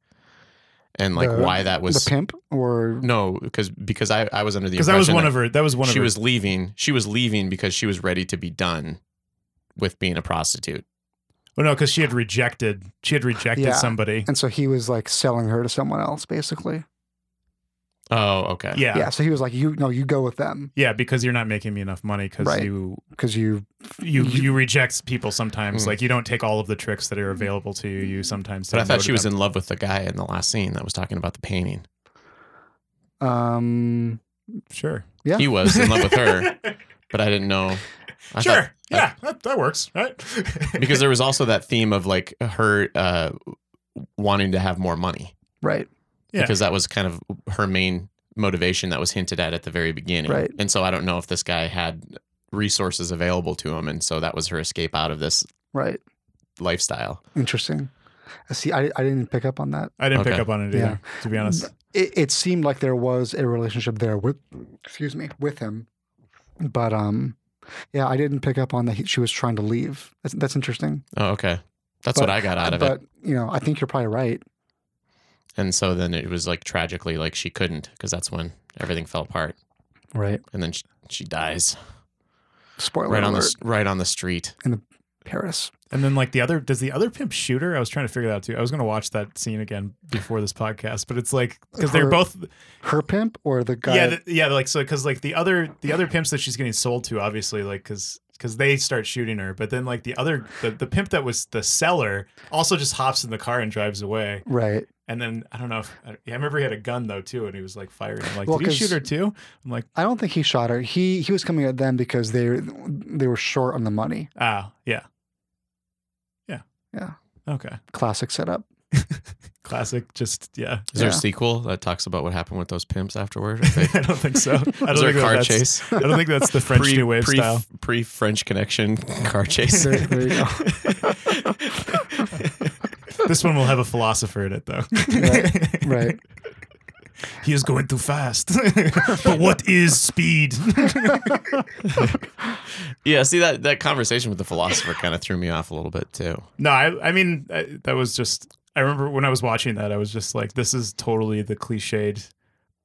[SPEAKER 1] and like
[SPEAKER 2] The-
[SPEAKER 1] why that was
[SPEAKER 2] the pimp or
[SPEAKER 1] no because because I I was under the
[SPEAKER 3] Because
[SPEAKER 1] impression
[SPEAKER 3] that was one
[SPEAKER 1] that
[SPEAKER 3] of her that was one
[SPEAKER 1] she
[SPEAKER 3] of her
[SPEAKER 1] was leaving she was leaving because she was ready to be done with being a prostitute.
[SPEAKER 3] Well, Oh, no, because she had rejected. She had rejected
[SPEAKER 2] Yeah.
[SPEAKER 3] somebody.
[SPEAKER 2] and so he was like selling her to someone else basically.
[SPEAKER 1] Oh, okay.
[SPEAKER 3] Yeah.
[SPEAKER 2] Yeah,
[SPEAKER 3] yeah,
[SPEAKER 2] so he was like, you no, you go with them
[SPEAKER 3] because you're not making me enough money because
[SPEAKER 2] Right.
[SPEAKER 3] you
[SPEAKER 2] because you
[SPEAKER 3] you you reject people sometimes.
[SPEAKER 1] Mm.
[SPEAKER 3] Like you don't take all of the tricks that are available to you. You sometimes.
[SPEAKER 1] But I
[SPEAKER 3] say no
[SPEAKER 1] thought
[SPEAKER 3] to
[SPEAKER 1] she was
[SPEAKER 3] them.
[SPEAKER 1] in love with the guy in the last scene that was talking about the painting.
[SPEAKER 2] um
[SPEAKER 3] sure.
[SPEAKER 2] Yeah.
[SPEAKER 1] He was in love with her, but I didn't know. I
[SPEAKER 3] sure.
[SPEAKER 1] thought-
[SPEAKER 3] yeah, that, that works, right?
[SPEAKER 1] because there was also that theme of like her uh, wanting to have more money
[SPEAKER 2] right
[SPEAKER 3] Yeah.
[SPEAKER 1] because that was kind of her main motivation that was hinted at at the very beginning.
[SPEAKER 2] Right.
[SPEAKER 1] And so I don't know if this guy had resources available to him, and so that was her escape out of this
[SPEAKER 2] right
[SPEAKER 1] lifestyle.
[SPEAKER 2] interesting. I See, I I didn't pick up on that.
[SPEAKER 3] I didn't
[SPEAKER 1] Okay.
[SPEAKER 3] pick up on it either,
[SPEAKER 2] Yeah.
[SPEAKER 3] to be honest.
[SPEAKER 2] it, it seemed like there was a relationship there with excuse me with him but um yeah i didn't pick up on that he, she was trying to leave that's, that's interesting
[SPEAKER 1] Oh, okay. That's
[SPEAKER 2] But-
[SPEAKER 1] what I got out of it.
[SPEAKER 2] but you know i think you're probably right
[SPEAKER 1] And so then it was like tragically like she couldn't because that's when everything fell apart,
[SPEAKER 2] right
[SPEAKER 1] and then she, she dies
[SPEAKER 2] spoiler
[SPEAKER 1] right
[SPEAKER 2] alert
[SPEAKER 1] on the s- right on the street.
[SPEAKER 2] paris
[SPEAKER 3] And then like the other does the other pimp shoot her? I was trying to figure that out too. I was gonna watch that scene again before this podcast, but it's like because they're
[SPEAKER 2] Her-
[SPEAKER 3] both
[SPEAKER 2] her pimp or the guy
[SPEAKER 3] yeah, th- yeah, like so because like the other the other pimps that she's getting sold to, obviously, like because because they start shooting her, but then like the other the, the pimp that was the seller also just hops in the car and drives away,
[SPEAKER 2] right
[SPEAKER 3] and then I don't know if I, yeah, I remember he had a gun though too, and he was like firing. I'm like,
[SPEAKER 2] Well,
[SPEAKER 3] did he
[SPEAKER 2] 'cause-
[SPEAKER 3] shoot her too? I'm like,
[SPEAKER 2] i don't think he shot her he he was coming at them because they they were short on the money
[SPEAKER 3] ah, yeah, yeah,
[SPEAKER 2] Yeah.
[SPEAKER 3] okay,
[SPEAKER 2] classic setup
[SPEAKER 3] classic. Just yeah,
[SPEAKER 1] Is there a
[SPEAKER 2] Yeah.
[SPEAKER 1] sequel that talks about what happened with those pimps afterward? If they-
[SPEAKER 3] I don't think so. I don't
[SPEAKER 1] was there
[SPEAKER 3] think
[SPEAKER 1] a car
[SPEAKER 3] that's-
[SPEAKER 1] chase?
[SPEAKER 3] I don't think that's the French New Wave
[SPEAKER 1] pre,
[SPEAKER 3] style.
[SPEAKER 1] Pre French Connection car chase.
[SPEAKER 2] there, there you go
[SPEAKER 3] This one will have a philosopher in it, though.
[SPEAKER 2] Right, right
[SPEAKER 3] He is going too fast. but what is speed?
[SPEAKER 1] yeah, see that that conversation with the philosopher kind of threw me off a little bit too.
[SPEAKER 3] no, I, I mean, I, that was just, I remember when I was watching that, I was just like, this is totally the cliched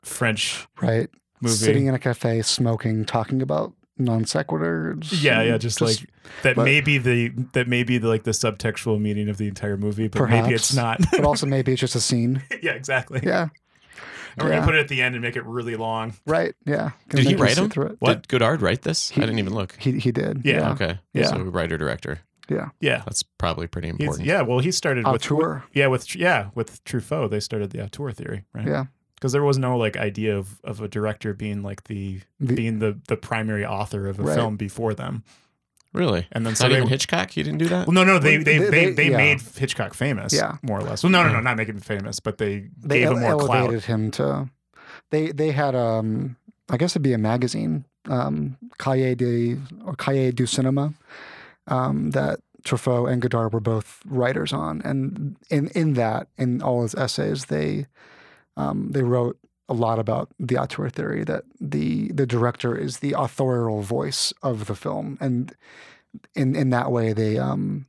[SPEAKER 3] French
[SPEAKER 2] right
[SPEAKER 3] movie.
[SPEAKER 2] sitting in a cafe smoking talking about non sequiturs
[SPEAKER 3] yeah, yeah, just, like that.
[SPEAKER 2] but-
[SPEAKER 3] may be the that may be the, like the subtextual meaning of the entire movie, but maybe it's not.
[SPEAKER 2] Perhaps. but also maybe it's just a scene
[SPEAKER 3] yeah, exactly.
[SPEAKER 2] yeah
[SPEAKER 3] And we're gonna
[SPEAKER 2] Yeah.
[SPEAKER 3] put it at the end and make it really long.
[SPEAKER 2] right yeah Gonna
[SPEAKER 1] Did he
[SPEAKER 2] make you
[SPEAKER 1] write
[SPEAKER 2] sit
[SPEAKER 1] him?
[SPEAKER 2] through it.
[SPEAKER 1] Did Godard write this?
[SPEAKER 2] He-
[SPEAKER 1] I didn't even look.
[SPEAKER 2] he, he did
[SPEAKER 3] Yeah,
[SPEAKER 1] Okay.
[SPEAKER 2] Yeah.
[SPEAKER 1] So writer director.
[SPEAKER 3] Yeah,
[SPEAKER 1] That's probably pretty
[SPEAKER 3] He's-
[SPEAKER 1] important.
[SPEAKER 3] yeah. Well, he started with
[SPEAKER 2] auteur
[SPEAKER 3] yeah with yeah with Truffaut. They started the auteur theory, right?
[SPEAKER 2] yeah
[SPEAKER 3] because there was no like idea of, of a director being like the,
[SPEAKER 2] The-
[SPEAKER 3] being the the primary author of a
[SPEAKER 2] Right.
[SPEAKER 3] film before them
[SPEAKER 1] Really?
[SPEAKER 3] and then so
[SPEAKER 1] Not
[SPEAKER 3] they,
[SPEAKER 1] even Hitchcock? You didn't do that?
[SPEAKER 3] well, no no they
[SPEAKER 2] Well,
[SPEAKER 3] they
[SPEAKER 2] they-
[SPEAKER 3] they,
[SPEAKER 2] they-
[SPEAKER 3] they,
[SPEAKER 2] yeah.
[SPEAKER 3] made hitchcock famous
[SPEAKER 2] Yeah.
[SPEAKER 3] more or less well no no no not make him famous but they,
[SPEAKER 2] they
[SPEAKER 3] gave
[SPEAKER 2] ele-
[SPEAKER 3] him more
[SPEAKER 2] elevated
[SPEAKER 3] clout
[SPEAKER 2] him to they they had um i guess it'd be a magazine um cahier de or cahier du cinema um that Truffaut and Godard were both writers on, and in, in that, in all his essays, they um, they wrote a lot about the auteur theory that the the director is the authorial voice of the film, and in in that way, they um,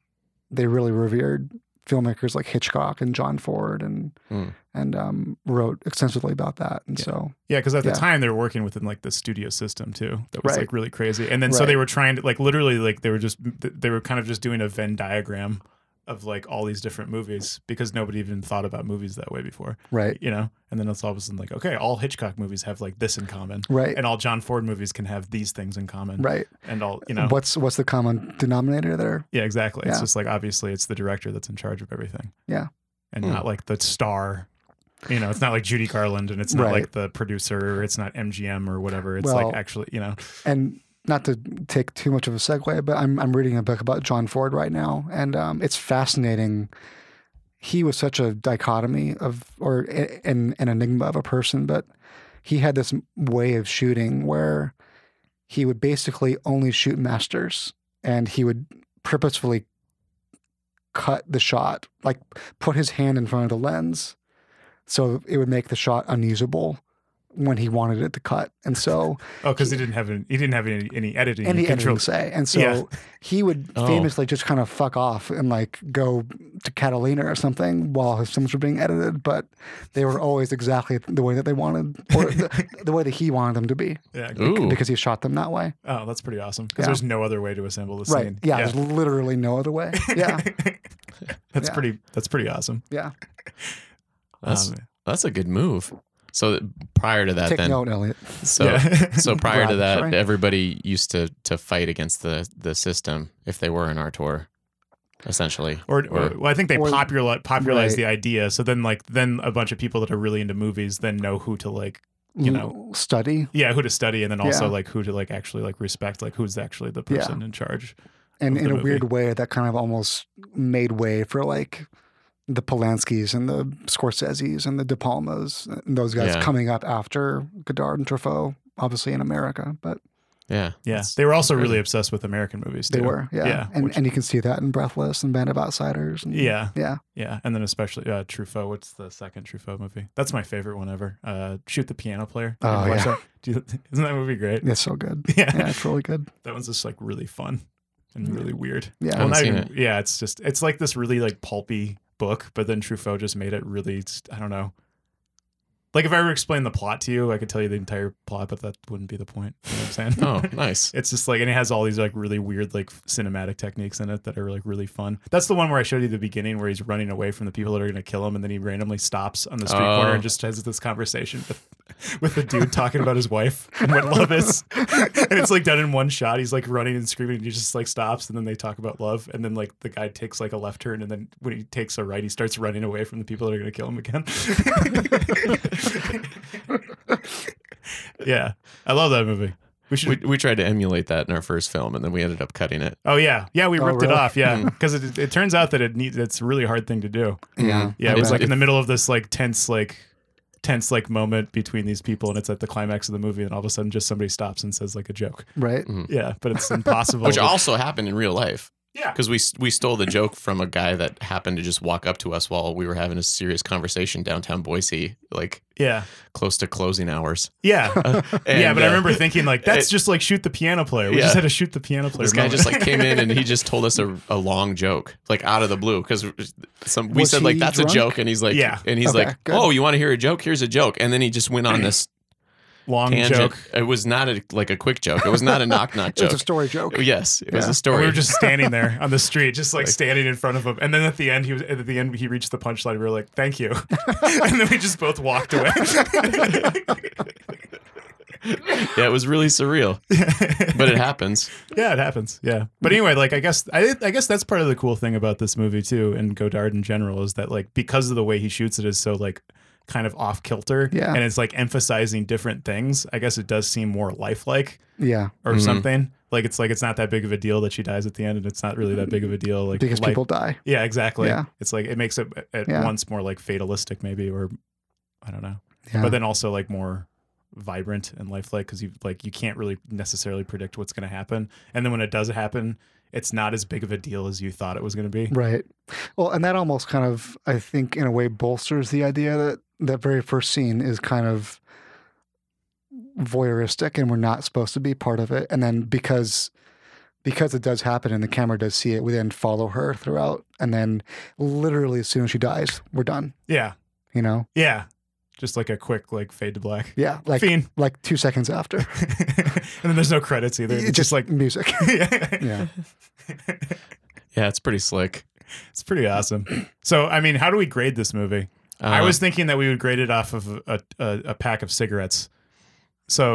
[SPEAKER 2] they really revered filmmakers like Hitchcock and John Ford, and
[SPEAKER 1] Hmm.
[SPEAKER 2] and um, wrote extensively about that, and so
[SPEAKER 3] yeah because at the
[SPEAKER 2] Yeah.
[SPEAKER 3] time they were working within like the studio system too that was
[SPEAKER 2] Right.
[SPEAKER 3] like really crazy and then so
[SPEAKER 2] Right.
[SPEAKER 3] they were trying to like literally like they were just they were kind of just doing a venn diagram of like all these different movies because nobody even thought about movies that way before
[SPEAKER 2] right,
[SPEAKER 3] you know and then it's all of a sudden like okay all hitchcock movies have like this in common
[SPEAKER 2] right,
[SPEAKER 3] and all John Ford movies can have these things in common,
[SPEAKER 2] right.
[SPEAKER 3] And all you know,
[SPEAKER 2] What's what's the common denominator there?
[SPEAKER 3] yeah, exactly.
[SPEAKER 2] Yeah.
[SPEAKER 3] It's just like obviously it's the director that's in charge of everything.
[SPEAKER 2] Yeah.
[SPEAKER 3] and
[SPEAKER 1] Hmm.
[SPEAKER 3] not like the star. You know, it's not like Judy Garland, and it's not
[SPEAKER 2] Right.
[SPEAKER 3] like the producer, or it's not MGM or whatever. It's
[SPEAKER 2] Well-
[SPEAKER 3] like actually, you know,
[SPEAKER 2] and not to take too much of a segue, but I'm I'm reading a book about John Ford right now, and um, it's fascinating. He was such a dichotomy of or a- an an enigma of a person, but he had this way of shooting where he would basically only shoot masters and he would purposefully cut the shot, like put his hand in front of the lens so it would make the shot unusable when he wanted it to cut. And so
[SPEAKER 3] Oh, because he didn't have any, he didn't have any, any editing
[SPEAKER 2] any editing
[SPEAKER 3] control.
[SPEAKER 2] say. And so
[SPEAKER 3] Yeah.
[SPEAKER 2] he would
[SPEAKER 1] Oh.
[SPEAKER 2] famously just kind of fuck off and like go to Catalina or something while his films were being edited, but they were always exactly the way that they wanted or the, the way that he wanted them to be
[SPEAKER 3] Yeah.
[SPEAKER 1] Ooh.
[SPEAKER 2] because he shot them that way.
[SPEAKER 3] Oh, that's pretty awesome. Because
[SPEAKER 2] Yeah.
[SPEAKER 3] there's no other way to assemble the
[SPEAKER 2] Right.
[SPEAKER 3] scene.
[SPEAKER 2] Yeah, There's literally no other way. Yeah.
[SPEAKER 3] that's
[SPEAKER 2] Yeah.
[SPEAKER 3] pretty. That's pretty awesome.
[SPEAKER 2] Yeah.
[SPEAKER 1] That's,
[SPEAKER 3] Um,
[SPEAKER 1] that's a good move. So that- prior to that,
[SPEAKER 2] Take
[SPEAKER 1] then
[SPEAKER 2] note, Elliot.
[SPEAKER 1] so
[SPEAKER 3] yeah.
[SPEAKER 1] so prior to
[SPEAKER 2] Right,
[SPEAKER 1] that,
[SPEAKER 2] sorry.
[SPEAKER 1] everybody used to to fight against the the system if they were in our tour, essentially.
[SPEAKER 3] or, or well, I think they
[SPEAKER 2] or-
[SPEAKER 3] popular popularized
[SPEAKER 2] right.
[SPEAKER 3] the idea. So then, like, then a bunch of people that are really into movies then know who to like, You know.
[SPEAKER 2] L- study
[SPEAKER 3] yeah, who to study, and then also
[SPEAKER 2] Yeah.
[SPEAKER 3] like who to like actually like respect, like who's actually the
[SPEAKER 2] Yeah.
[SPEAKER 3] person in charge.
[SPEAKER 2] and
[SPEAKER 3] Of
[SPEAKER 2] in
[SPEAKER 3] the
[SPEAKER 2] a weird way that kind of almost made way for like the Polanskis and the Scorseses and the De Palmas and those guys
[SPEAKER 1] Yeah.
[SPEAKER 2] coming up after Godard and Truffaut, obviously in America, but
[SPEAKER 1] Yeah.
[SPEAKER 3] Yeah,
[SPEAKER 1] That's-
[SPEAKER 3] they were also really
[SPEAKER 1] crazy.
[SPEAKER 3] obsessed with American movies.
[SPEAKER 2] they
[SPEAKER 3] too.
[SPEAKER 2] were, yeah.
[SPEAKER 3] Yeah,
[SPEAKER 2] and
[SPEAKER 3] which-
[SPEAKER 2] and you can see that in Breathless and Band of Outsiders. And,
[SPEAKER 3] Yeah,
[SPEAKER 2] yeah.
[SPEAKER 3] yeah, and then especially uh, Truffaut. What's the second Truffaut movie? That's my favorite one ever. Uh, Shoot the Piano Player. Did you
[SPEAKER 2] Oh,
[SPEAKER 3] ever watch
[SPEAKER 2] yeah.
[SPEAKER 3] that? Do you- Isn't that movie great?
[SPEAKER 2] It's so good.
[SPEAKER 3] Yeah.
[SPEAKER 2] Yeah, it's really good.
[SPEAKER 3] that one's just like really fun and
[SPEAKER 2] Yeah.
[SPEAKER 3] really weird.
[SPEAKER 2] Yeah.
[SPEAKER 1] haven't
[SPEAKER 3] not
[SPEAKER 1] seen
[SPEAKER 3] even- yeah, it's just it's like this really like pulpy book, but then Truffaut just made it really just- I don't know. Like if I were to explain the plot to you, I could tell you the entire plot, but that wouldn't be the point. You know what I'm saying?
[SPEAKER 1] Oh, nice.
[SPEAKER 3] It's just like, and it has all these like really weird like cinematic techniques in it that are like really fun. That's the one where I showed you the beginning where he's running away from the people that are going to kill him, and then he randomly stops on the street
[SPEAKER 1] Oh.
[SPEAKER 3] corner and just has this conversation with, with the dude talking about his wife and what love is, and it's like done in one shot. He's like running and screaming, and he just like stops, and then they talk about love, and then like the guy takes like a left turn, and then when he takes a right, he starts running away from the people that are going to kill him again. yeah, I love that movie. We should
[SPEAKER 1] We, we tried to emulate that in our first film, and then we ended up cutting it.
[SPEAKER 3] Oh yeah, yeah, we
[SPEAKER 2] Oh,
[SPEAKER 3] ripped
[SPEAKER 2] really?
[SPEAKER 3] it off. Yeah, because it, it turns out that it needs. It's a really hard thing to do.
[SPEAKER 2] Yeah.
[SPEAKER 3] Yeah, it
[SPEAKER 1] I
[SPEAKER 3] was
[SPEAKER 1] bet.
[SPEAKER 3] like in the middle of this like tense like tense like moment between these people, and it's at the climax of the movie, and all of a sudden, just somebody stops and says like a joke.
[SPEAKER 2] Right.
[SPEAKER 3] Yeah, but it's impossible.
[SPEAKER 1] Which
[SPEAKER 3] to-
[SPEAKER 1] also happened in real life
[SPEAKER 3] yeah,
[SPEAKER 1] because we we stole the joke from a guy that happened to just walk up to us while we were having a serious conversation downtown Boise, like
[SPEAKER 3] yeah,
[SPEAKER 1] close to closing hours.
[SPEAKER 3] yeah, yeah.
[SPEAKER 1] And,
[SPEAKER 3] But I
[SPEAKER 1] uh,
[SPEAKER 3] remember thinking like that's
[SPEAKER 1] it-
[SPEAKER 3] just like shoot the piano player. We
[SPEAKER 1] Yeah.
[SPEAKER 3] just had to shoot the piano player.
[SPEAKER 1] This guy
[SPEAKER 3] moment.
[SPEAKER 1] just like came in and he just told us a, a long joke, like out of the blue, because some we
[SPEAKER 2] Was
[SPEAKER 1] said like
[SPEAKER 2] he
[SPEAKER 1] that's
[SPEAKER 2] drunk?
[SPEAKER 1] a joke, and he's like,
[SPEAKER 3] Yeah.
[SPEAKER 1] and he's
[SPEAKER 2] Okay,
[SPEAKER 1] like,
[SPEAKER 2] good.
[SPEAKER 1] oh, you want to hear a joke? Here's a joke, and then he just went on this
[SPEAKER 3] long
[SPEAKER 1] tangent.
[SPEAKER 3] joke.
[SPEAKER 1] It was not a, like a quick joke. It was not a knock knock
[SPEAKER 2] It's
[SPEAKER 1] joke.
[SPEAKER 2] a story joke.
[SPEAKER 1] Yes, it was
[SPEAKER 2] Yeah.
[SPEAKER 1] a story.
[SPEAKER 3] We were just standing there on the street, just like, standing in front of him. And then at the end, he was at the end he reached the punchline. We were like, "Thank you," and then we just both walked away.
[SPEAKER 1] yeah, it was really surreal, but it happens.
[SPEAKER 3] yeah, it happens. Yeah, but anyway, like I guess I I guess that's part of the cool thing about this movie too, and Godard in general is that like because of the way he shoots it is so like kind of off kilter,
[SPEAKER 2] Yeah.
[SPEAKER 3] and it's like emphasizing different things. I guess it does seem more lifelike
[SPEAKER 2] Yeah.
[SPEAKER 3] or
[SPEAKER 1] Mhm.
[SPEAKER 3] something. Like it's like it's not that big of a deal that she dies at the end, and it's not really that big of a deal. Like
[SPEAKER 2] Because
[SPEAKER 3] life-
[SPEAKER 2] people die.
[SPEAKER 3] Yeah, exactly.
[SPEAKER 2] Yeah.
[SPEAKER 3] It's like it makes it at
[SPEAKER 2] Yeah.
[SPEAKER 3] once more like fatalistic, maybe, or I don't know.
[SPEAKER 2] Yeah.
[SPEAKER 3] But then also like more vibrant and lifelike because you like you can't really necessarily predict what's going to happen, and then when it does happen, it's not as big of a deal as you thought it was going to be.
[SPEAKER 2] Right. Well, and that almost kind of, I think, in a way, bolsters the idea that that very first scene is kind of voyeuristic, and we're not supposed to be part of it. And then because because it does happen, and the camera does see it, we then follow her throughout. And then, literally, as soon as she dies, we're done.
[SPEAKER 3] Yeah,
[SPEAKER 2] You know?
[SPEAKER 3] yeah. Just like a quick like fade to black.
[SPEAKER 2] Yeah. Like
[SPEAKER 3] Fiend.
[SPEAKER 2] like two seconds after,
[SPEAKER 3] and then there's no credits either. It's
[SPEAKER 2] It's
[SPEAKER 3] just, like
[SPEAKER 2] music. yeah.
[SPEAKER 1] Yeah, it's pretty slick.
[SPEAKER 3] it's pretty awesome. So I mean, how do we grade this movie? I
[SPEAKER 1] Uh,
[SPEAKER 3] was thinking that we would grade it off of a, a, a pack of cigarettes. So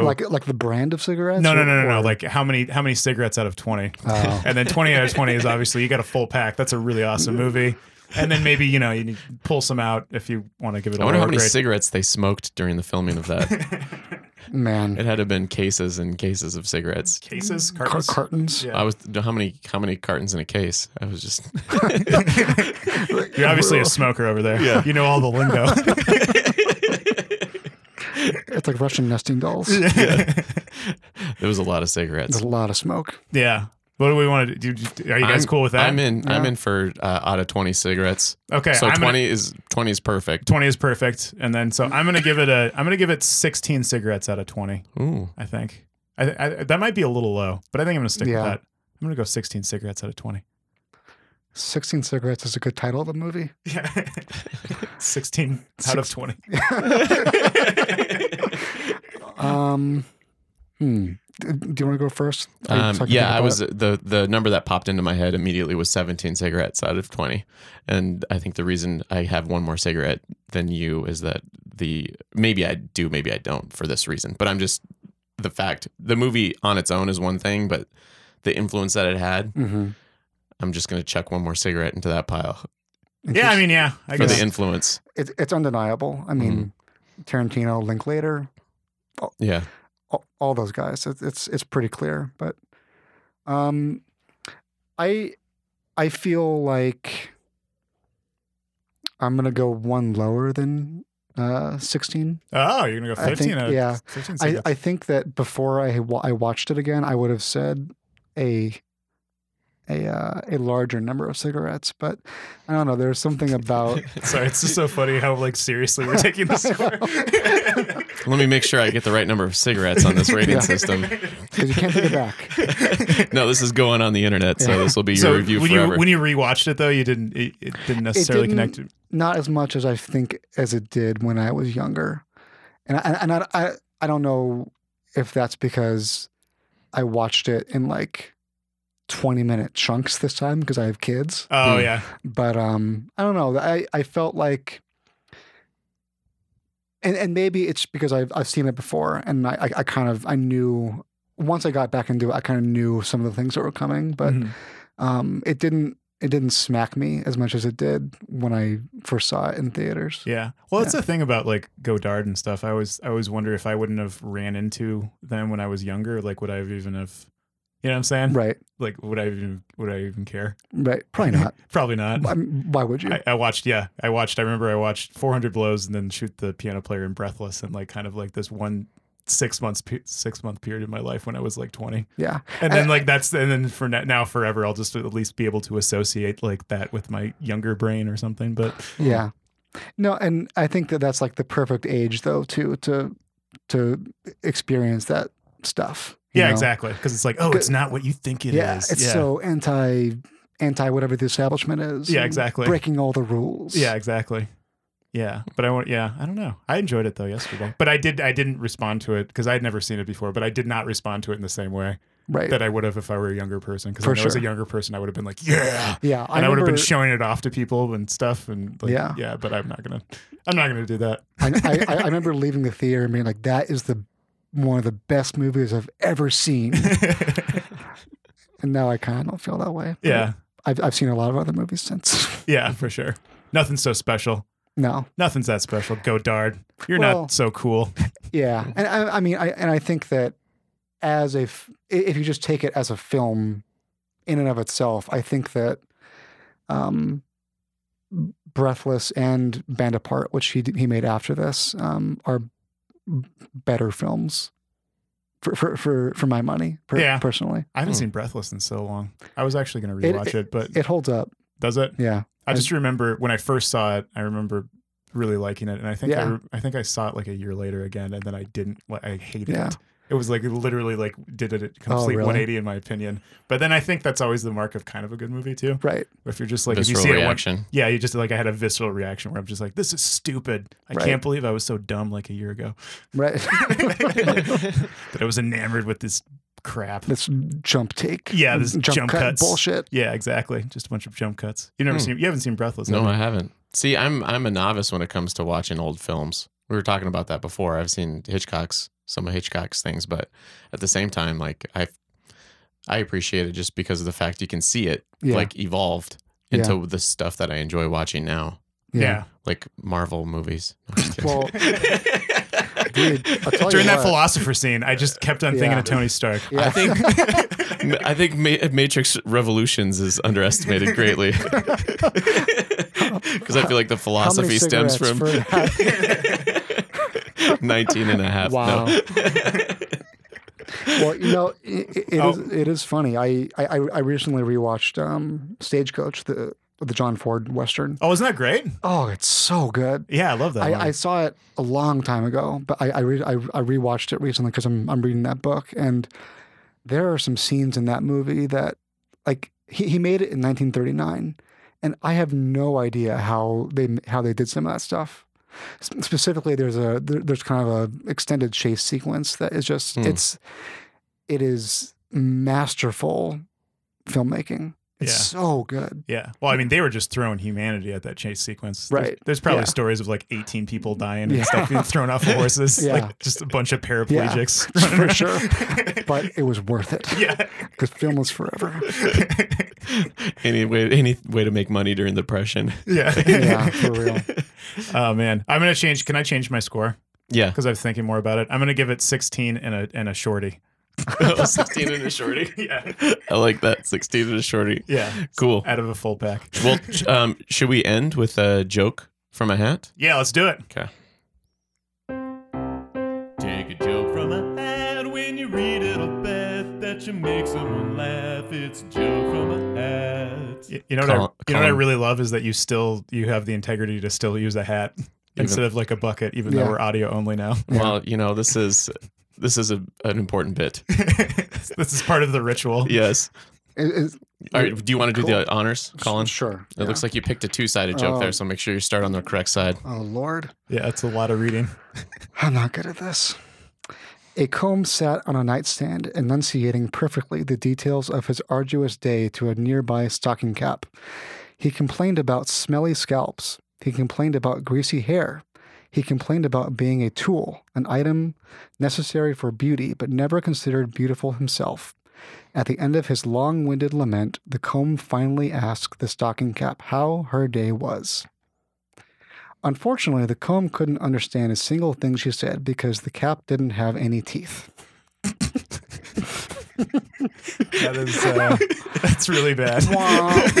[SPEAKER 2] Like like the brand of cigarettes.
[SPEAKER 3] oh. no, no,
[SPEAKER 2] or-
[SPEAKER 3] no, no, no.
[SPEAKER 2] or-
[SPEAKER 3] Like how many how many cigarettes out of twenty?
[SPEAKER 2] Oh.
[SPEAKER 3] And then twenty out of twenty is obviously you got a full pack. That's a really awesome movie. And then maybe you know you need to pull some out if you want to give it. a
[SPEAKER 1] I wonder how
[SPEAKER 3] lower
[SPEAKER 1] many
[SPEAKER 3] grade.
[SPEAKER 1] cigarettes they smoked during the filming of that.
[SPEAKER 2] man,
[SPEAKER 1] it had to have been cases and cases of cigarettes.
[SPEAKER 3] cases.
[SPEAKER 2] Car-
[SPEAKER 3] Cartons?
[SPEAKER 2] cartons.
[SPEAKER 3] Yeah.
[SPEAKER 1] I was how many how many cartons in a case? I was just
[SPEAKER 3] You're obviously a smoker over there. Yeah, you know all the lingo.
[SPEAKER 2] It's like Russian nesting dolls.
[SPEAKER 1] There was a lot of cigarettes.
[SPEAKER 2] There's a lot of smoke.
[SPEAKER 3] Yeah. What do we want to do? do- Are you guys
[SPEAKER 1] I'm-
[SPEAKER 3] cool with that?
[SPEAKER 1] I'm in. I'm
[SPEAKER 2] Yeah.
[SPEAKER 1] in for uh, out of twenty cigarettes.
[SPEAKER 3] Okay.
[SPEAKER 1] so
[SPEAKER 3] I'm
[SPEAKER 1] 20
[SPEAKER 3] gonna-
[SPEAKER 1] is 20 is perfect.
[SPEAKER 3] 20 is perfect. And then so I'm gonna give it a I'm gonna give it 16 cigarettes out of 20.
[SPEAKER 1] Ooh,
[SPEAKER 3] I think. I, I that might be a little low, but I think I'm gonna stick
[SPEAKER 2] Yeah.
[SPEAKER 3] with that. I'm gonna go 16 cigarettes out of 20.
[SPEAKER 2] 16 Cigarettes is a good title of a movie.
[SPEAKER 3] Yeah. 16 out of 20.
[SPEAKER 2] Um, hmm. D- Do you want to go first? Or you
[SPEAKER 1] um,
[SPEAKER 2] talking
[SPEAKER 1] yeah,
[SPEAKER 2] about
[SPEAKER 1] I was
[SPEAKER 2] it?
[SPEAKER 1] the the number that popped into my head immediately was 17 cigarettes out of 20, and I think the reason I have one more cigarette than you is that the maybe I do, maybe I don't for this reason, but I'm just the fact the movie on its own is one thing, but the influence that it had,
[SPEAKER 2] Mhm.
[SPEAKER 1] I'm just gonna chuck one more cigarette into that pile
[SPEAKER 3] yeah, I mean, yeah. I
[SPEAKER 1] for
[SPEAKER 3] guess.
[SPEAKER 1] the influence.
[SPEAKER 2] it's it's undeniable. I
[SPEAKER 1] Mm-hmm.
[SPEAKER 2] mean, Tarantino, Linklater,
[SPEAKER 1] Yeah,
[SPEAKER 2] all, all those guys. It's, it's it's pretty clear, but um, I I feel like I'm gonna go one lower than uh 16.
[SPEAKER 3] oh, you're gonna go
[SPEAKER 2] I
[SPEAKER 3] 15
[SPEAKER 2] think-
[SPEAKER 3] out of
[SPEAKER 2] yeah.
[SPEAKER 3] 15
[SPEAKER 2] I
[SPEAKER 3] cigarettes.
[SPEAKER 2] I think that before I wa- I watched it again, I would have said a a uh, a larger number of cigarettes, but I don't know. There's something about
[SPEAKER 3] Sorry, it's just so funny how like seriously we're taking this score.
[SPEAKER 1] let me make sure I get the right number of cigarettes on this rating
[SPEAKER 2] Yeah.
[SPEAKER 1] system.
[SPEAKER 2] because you can't take it back.
[SPEAKER 1] no, this is going on the internet, so this will be your
[SPEAKER 3] so
[SPEAKER 1] review
[SPEAKER 3] when
[SPEAKER 1] forever.
[SPEAKER 3] you when you rewatched it though, you didn't it, it didn't necessarily
[SPEAKER 2] didn't-
[SPEAKER 3] connect.
[SPEAKER 2] not as much as I think as it did when I was younger, and I, and I, I I don't know if that's because I watched it in like twenty minute chunks this time because I have kids.
[SPEAKER 3] Oh
[SPEAKER 1] Hmm.
[SPEAKER 3] yeah,
[SPEAKER 2] But um, I don't know. I I felt like, and and maybe it's because I've I've seen it before, and I I, I kind of I knew once I got back into it, I kind of knew some of the things that were coming, but
[SPEAKER 3] Mhm.
[SPEAKER 2] um, it didn't it didn't smack me as much as it did when I first saw it in theaters.
[SPEAKER 3] yeah. Well, that's the thing about like Godard and stuff. I always I always wonder if I wouldn't have ran into them when I was younger. Like, would I have even have? You know what I'm saying?
[SPEAKER 2] Right,
[SPEAKER 3] Like, would I even would I even care?
[SPEAKER 2] right. Probably not.
[SPEAKER 3] Probably not.
[SPEAKER 2] I mean, why would you?
[SPEAKER 3] I, I watched, yeah, I watched. I remember I watched 400 blows and then shoot the piano player in Breathless and like kind of like this one six months pe- six month period in my life when I was like 20,
[SPEAKER 2] yeah,
[SPEAKER 3] and then like that's and then for na- now forever I'll just at least be able to associate like that with my younger brain or something. But
[SPEAKER 2] yeah. No, and I think that that's like the perfect age though to to to experience that stuff. you
[SPEAKER 3] yeah,
[SPEAKER 2] know?
[SPEAKER 3] exactly, because it's like oh, it's not what you think it is.
[SPEAKER 2] yeah, it's
[SPEAKER 3] yeah.
[SPEAKER 2] so anti anti whatever the establishment is.
[SPEAKER 3] Yeah,
[SPEAKER 2] and
[SPEAKER 3] exactly.
[SPEAKER 2] Breaking all the rules.
[SPEAKER 3] Yeah, exactly. Yeah, but I want. Yeah, I don't know. I enjoyed it though yesterday, but I did. I didn't respond to it because I had never seen it before. But I did not respond to it in the same way.
[SPEAKER 2] right.
[SPEAKER 3] that I would have if I were a younger person. Because
[SPEAKER 2] For
[SPEAKER 3] when I was a
[SPEAKER 2] sure.
[SPEAKER 3] younger person, I would have been like, yeah,
[SPEAKER 2] yeah,
[SPEAKER 3] and I, would have been
[SPEAKER 2] remember-
[SPEAKER 3] showing it off to people and stuff. And like, yeah,
[SPEAKER 2] Yeah.
[SPEAKER 3] yeah, but I'm not gonna, I'm not gonna do that.
[SPEAKER 2] I, I, I remember leaving the theater and being like, "That is the one of the best movies I've ever seen." and now I kind of don't feel that way.
[SPEAKER 3] yeah,
[SPEAKER 2] I've I've seen a lot of other movies since.
[SPEAKER 3] yeah, for sure. Nothing's so special.
[SPEAKER 2] no,
[SPEAKER 3] Nothing's that special. Godard, you're
[SPEAKER 2] Well-
[SPEAKER 3] not so cool.
[SPEAKER 2] yeah, and I, I mean, I and I think that as a f- i- if you just take it as a film in and of itself, I think that um, Breathless and Band Apart, which he d- he made after this, um, are b- better films. For, for for for my money, per-
[SPEAKER 3] Yeah.
[SPEAKER 2] personally,
[SPEAKER 3] I haven't
[SPEAKER 1] Hmm.
[SPEAKER 3] seen Breathless in so long. I was actually gonna
[SPEAKER 2] It-
[SPEAKER 3] rewatch it, but
[SPEAKER 2] it holds up.
[SPEAKER 3] does it?
[SPEAKER 2] Yeah,
[SPEAKER 3] I just remember when I first saw it. I remember really liking it, and I think I,
[SPEAKER 2] Yeah.
[SPEAKER 3] re- I think I saw it like a year later again, and then I didn't. Like, I hated
[SPEAKER 2] Yeah. Oh,
[SPEAKER 3] it. It was like literally like did it a complete
[SPEAKER 2] really?
[SPEAKER 3] 180 in my opinion. But then I think that's always the mark of kind of a good movie too.
[SPEAKER 2] right.
[SPEAKER 3] If you're just like if you
[SPEAKER 1] visceral
[SPEAKER 3] see it,
[SPEAKER 1] reaction.
[SPEAKER 3] one, yeah, you just like I had a visceral reaction where I'm just like, this is stupid. I
[SPEAKER 2] Right.
[SPEAKER 3] can't believe I was so dumb like a year ago
[SPEAKER 2] Right.
[SPEAKER 3] that I was enamored with this crap.
[SPEAKER 2] this jump take.
[SPEAKER 3] Yeah, this jump
[SPEAKER 2] cut
[SPEAKER 3] cuts.
[SPEAKER 2] bullshit.
[SPEAKER 3] Yeah, exactly. Just a bunch of jump cuts. You never
[SPEAKER 1] Hmm.
[SPEAKER 3] seen you haven't seen Breathless. have
[SPEAKER 1] No,
[SPEAKER 3] you?
[SPEAKER 1] I haven't. See, I'm I'm a novice when it comes to watching old films. We were talking about that before. I've seen Hitchcock's some of Hitchcock's things, but at the same time, like I I appreciate it just because of the fact you can see it
[SPEAKER 2] Yeah.
[SPEAKER 1] like evolved into the stuff that I enjoy watching now,
[SPEAKER 3] yeah.
[SPEAKER 1] like Marvel movies. No, I'm just kidding.
[SPEAKER 2] Well, dude, I'll tell
[SPEAKER 3] Oh, During
[SPEAKER 2] you
[SPEAKER 3] that
[SPEAKER 2] what.
[SPEAKER 3] philosopher scene, I just kept on thinking
[SPEAKER 2] Yeah.
[SPEAKER 3] of Tony Stark.
[SPEAKER 2] Yeah.
[SPEAKER 1] I think I think Ma- Matrix Revolutions is underestimated greatly because I feel like the
[SPEAKER 2] How many
[SPEAKER 1] philosophy stems from
[SPEAKER 2] cigarettes for that?
[SPEAKER 1] 19 and a half.
[SPEAKER 2] Wow.
[SPEAKER 1] No.
[SPEAKER 2] well, you know, it, it, it is- it is funny. I, I I recently rewatched um, Stagecoach, the the John Ford Western.
[SPEAKER 3] Oh, isn't that great?
[SPEAKER 2] Oh, it's so good.
[SPEAKER 3] Yeah, I love that. one.
[SPEAKER 2] I, I saw it a long time ago, but I I, re- I, I rewatched it recently because I'm I'm reading that book, and there are some scenes in that movie that, like, he, he made it in 1939, and I have no idea how they how they did some of that stuff. S- Specifically, there's a there, there's kind of a extended chase sequence that is just
[SPEAKER 1] Hmm.
[SPEAKER 2] it's it is masterful filmmaking. It's
[SPEAKER 3] Yeah.
[SPEAKER 2] so good.
[SPEAKER 3] yeah. Well, I mean, they were just throwing humanity at that chase sequence. There's-
[SPEAKER 2] Right.
[SPEAKER 3] There's, probably
[SPEAKER 2] Yeah.
[SPEAKER 3] stories of like 18 people dying and
[SPEAKER 2] Yeah.
[SPEAKER 3] stuff being thrown off horses.
[SPEAKER 2] Yeah.
[SPEAKER 3] Like just a bunch of paraplegics.
[SPEAKER 2] Yeah, for sure.
[SPEAKER 3] running around.
[SPEAKER 2] But it was worth it
[SPEAKER 3] yeah.
[SPEAKER 2] because film was forever.
[SPEAKER 1] any way, any way to make money during the depression.
[SPEAKER 3] yeah.
[SPEAKER 2] Yeah, for real.
[SPEAKER 3] Oh man, I'm gonna change. Can I change my score?
[SPEAKER 1] Yeah,
[SPEAKER 3] Because I'm thinking more about it. I'm gonna give it 16 and a and a shorty.
[SPEAKER 1] sixteen and a shorty.
[SPEAKER 3] Yeah.
[SPEAKER 1] I like that sixteen and a shorty.
[SPEAKER 3] Yeah.
[SPEAKER 1] Cool.
[SPEAKER 3] Out of a full pack.
[SPEAKER 1] Well, sh- um, should we end with a joke from a hat?
[SPEAKER 3] Yeah, let's do it.
[SPEAKER 1] Okay.
[SPEAKER 4] Take a joke from a hat when you read it, I'll bet that you make someone laugh. It's a joke from a hat.
[SPEAKER 3] Y- You know what? I,
[SPEAKER 1] Colin-
[SPEAKER 3] you know what I
[SPEAKER 1] Colin.
[SPEAKER 3] really love is that you still you have the integrity to still use a hat instead of like a bucket, even
[SPEAKER 2] Yeah.
[SPEAKER 3] though we're audio only now.
[SPEAKER 1] Well, you know, this is this is a, an important bit.
[SPEAKER 3] this is part of the
[SPEAKER 2] Oh.
[SPEAKER 3] ritual.
[SPEAKER 1] Yes.
[SPEAKER 2] It- it's-
[SPEAKER 1] All right. Do you want to do
[SPEAKER 2] Cool.
[SPEAKER 1] the honors, Colin?
[SPEAKER 2] Sure.
[SPEAKER 1] It looks like you picked a two-sided joke
[SPEAKER 2] Oh.
[SPEAKER 1] there, so make sure you start on the correct side.
[SPEAKER 2] Oh Lord,
[SPEAKER 3] Yeah, it's a lot of reading.
[SPEAKER 2] I'm not good at this. A comb sat on a nightstand, enunciating perfectly the details of his arduous day to a nearby stocking cap. He complained about smelly scalps. He complained about greasy hair. He complained about being a tool, an item necessary for beauty, but never considered beautiful himself. At the end of his long winded lament, the comb finally asked the stocking cap how her day was. Unfortunately, the comb couldn't understand a single thing she said because the cap didn't have any teeth.
[SPEAKER 3] That is uh, that's really bad.
[SPEAKER 2] Um.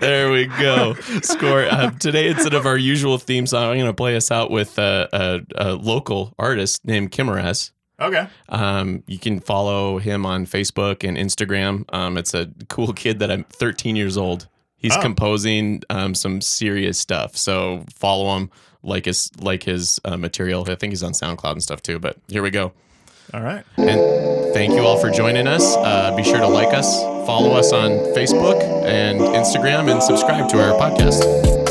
[SPEAKER 1] There we go. Score. Uh, today, instead of our usual theme song, I'm going to play us out with uh, a, a local artist named Kimaras.
[SPEAKER 3] Okay.
[SPEAKER 1] Um, you can follow him on Facebook and Instagram. Um, it's a cool kid that I'm 13 years old. He's
[SPEAKER 3] Oh.
[SPEAKER 1] composing um, some serious stuff. So follow him, like his like his uh, material. I think he's on SoundCloud and stuff too. But here we go.
[SPEAKER 3] All right.
[SPEAKER 1] And thank you all for joining us. Uh, be sure to like us, follow us on Facebook and Instagram, and subscribe to our podcast.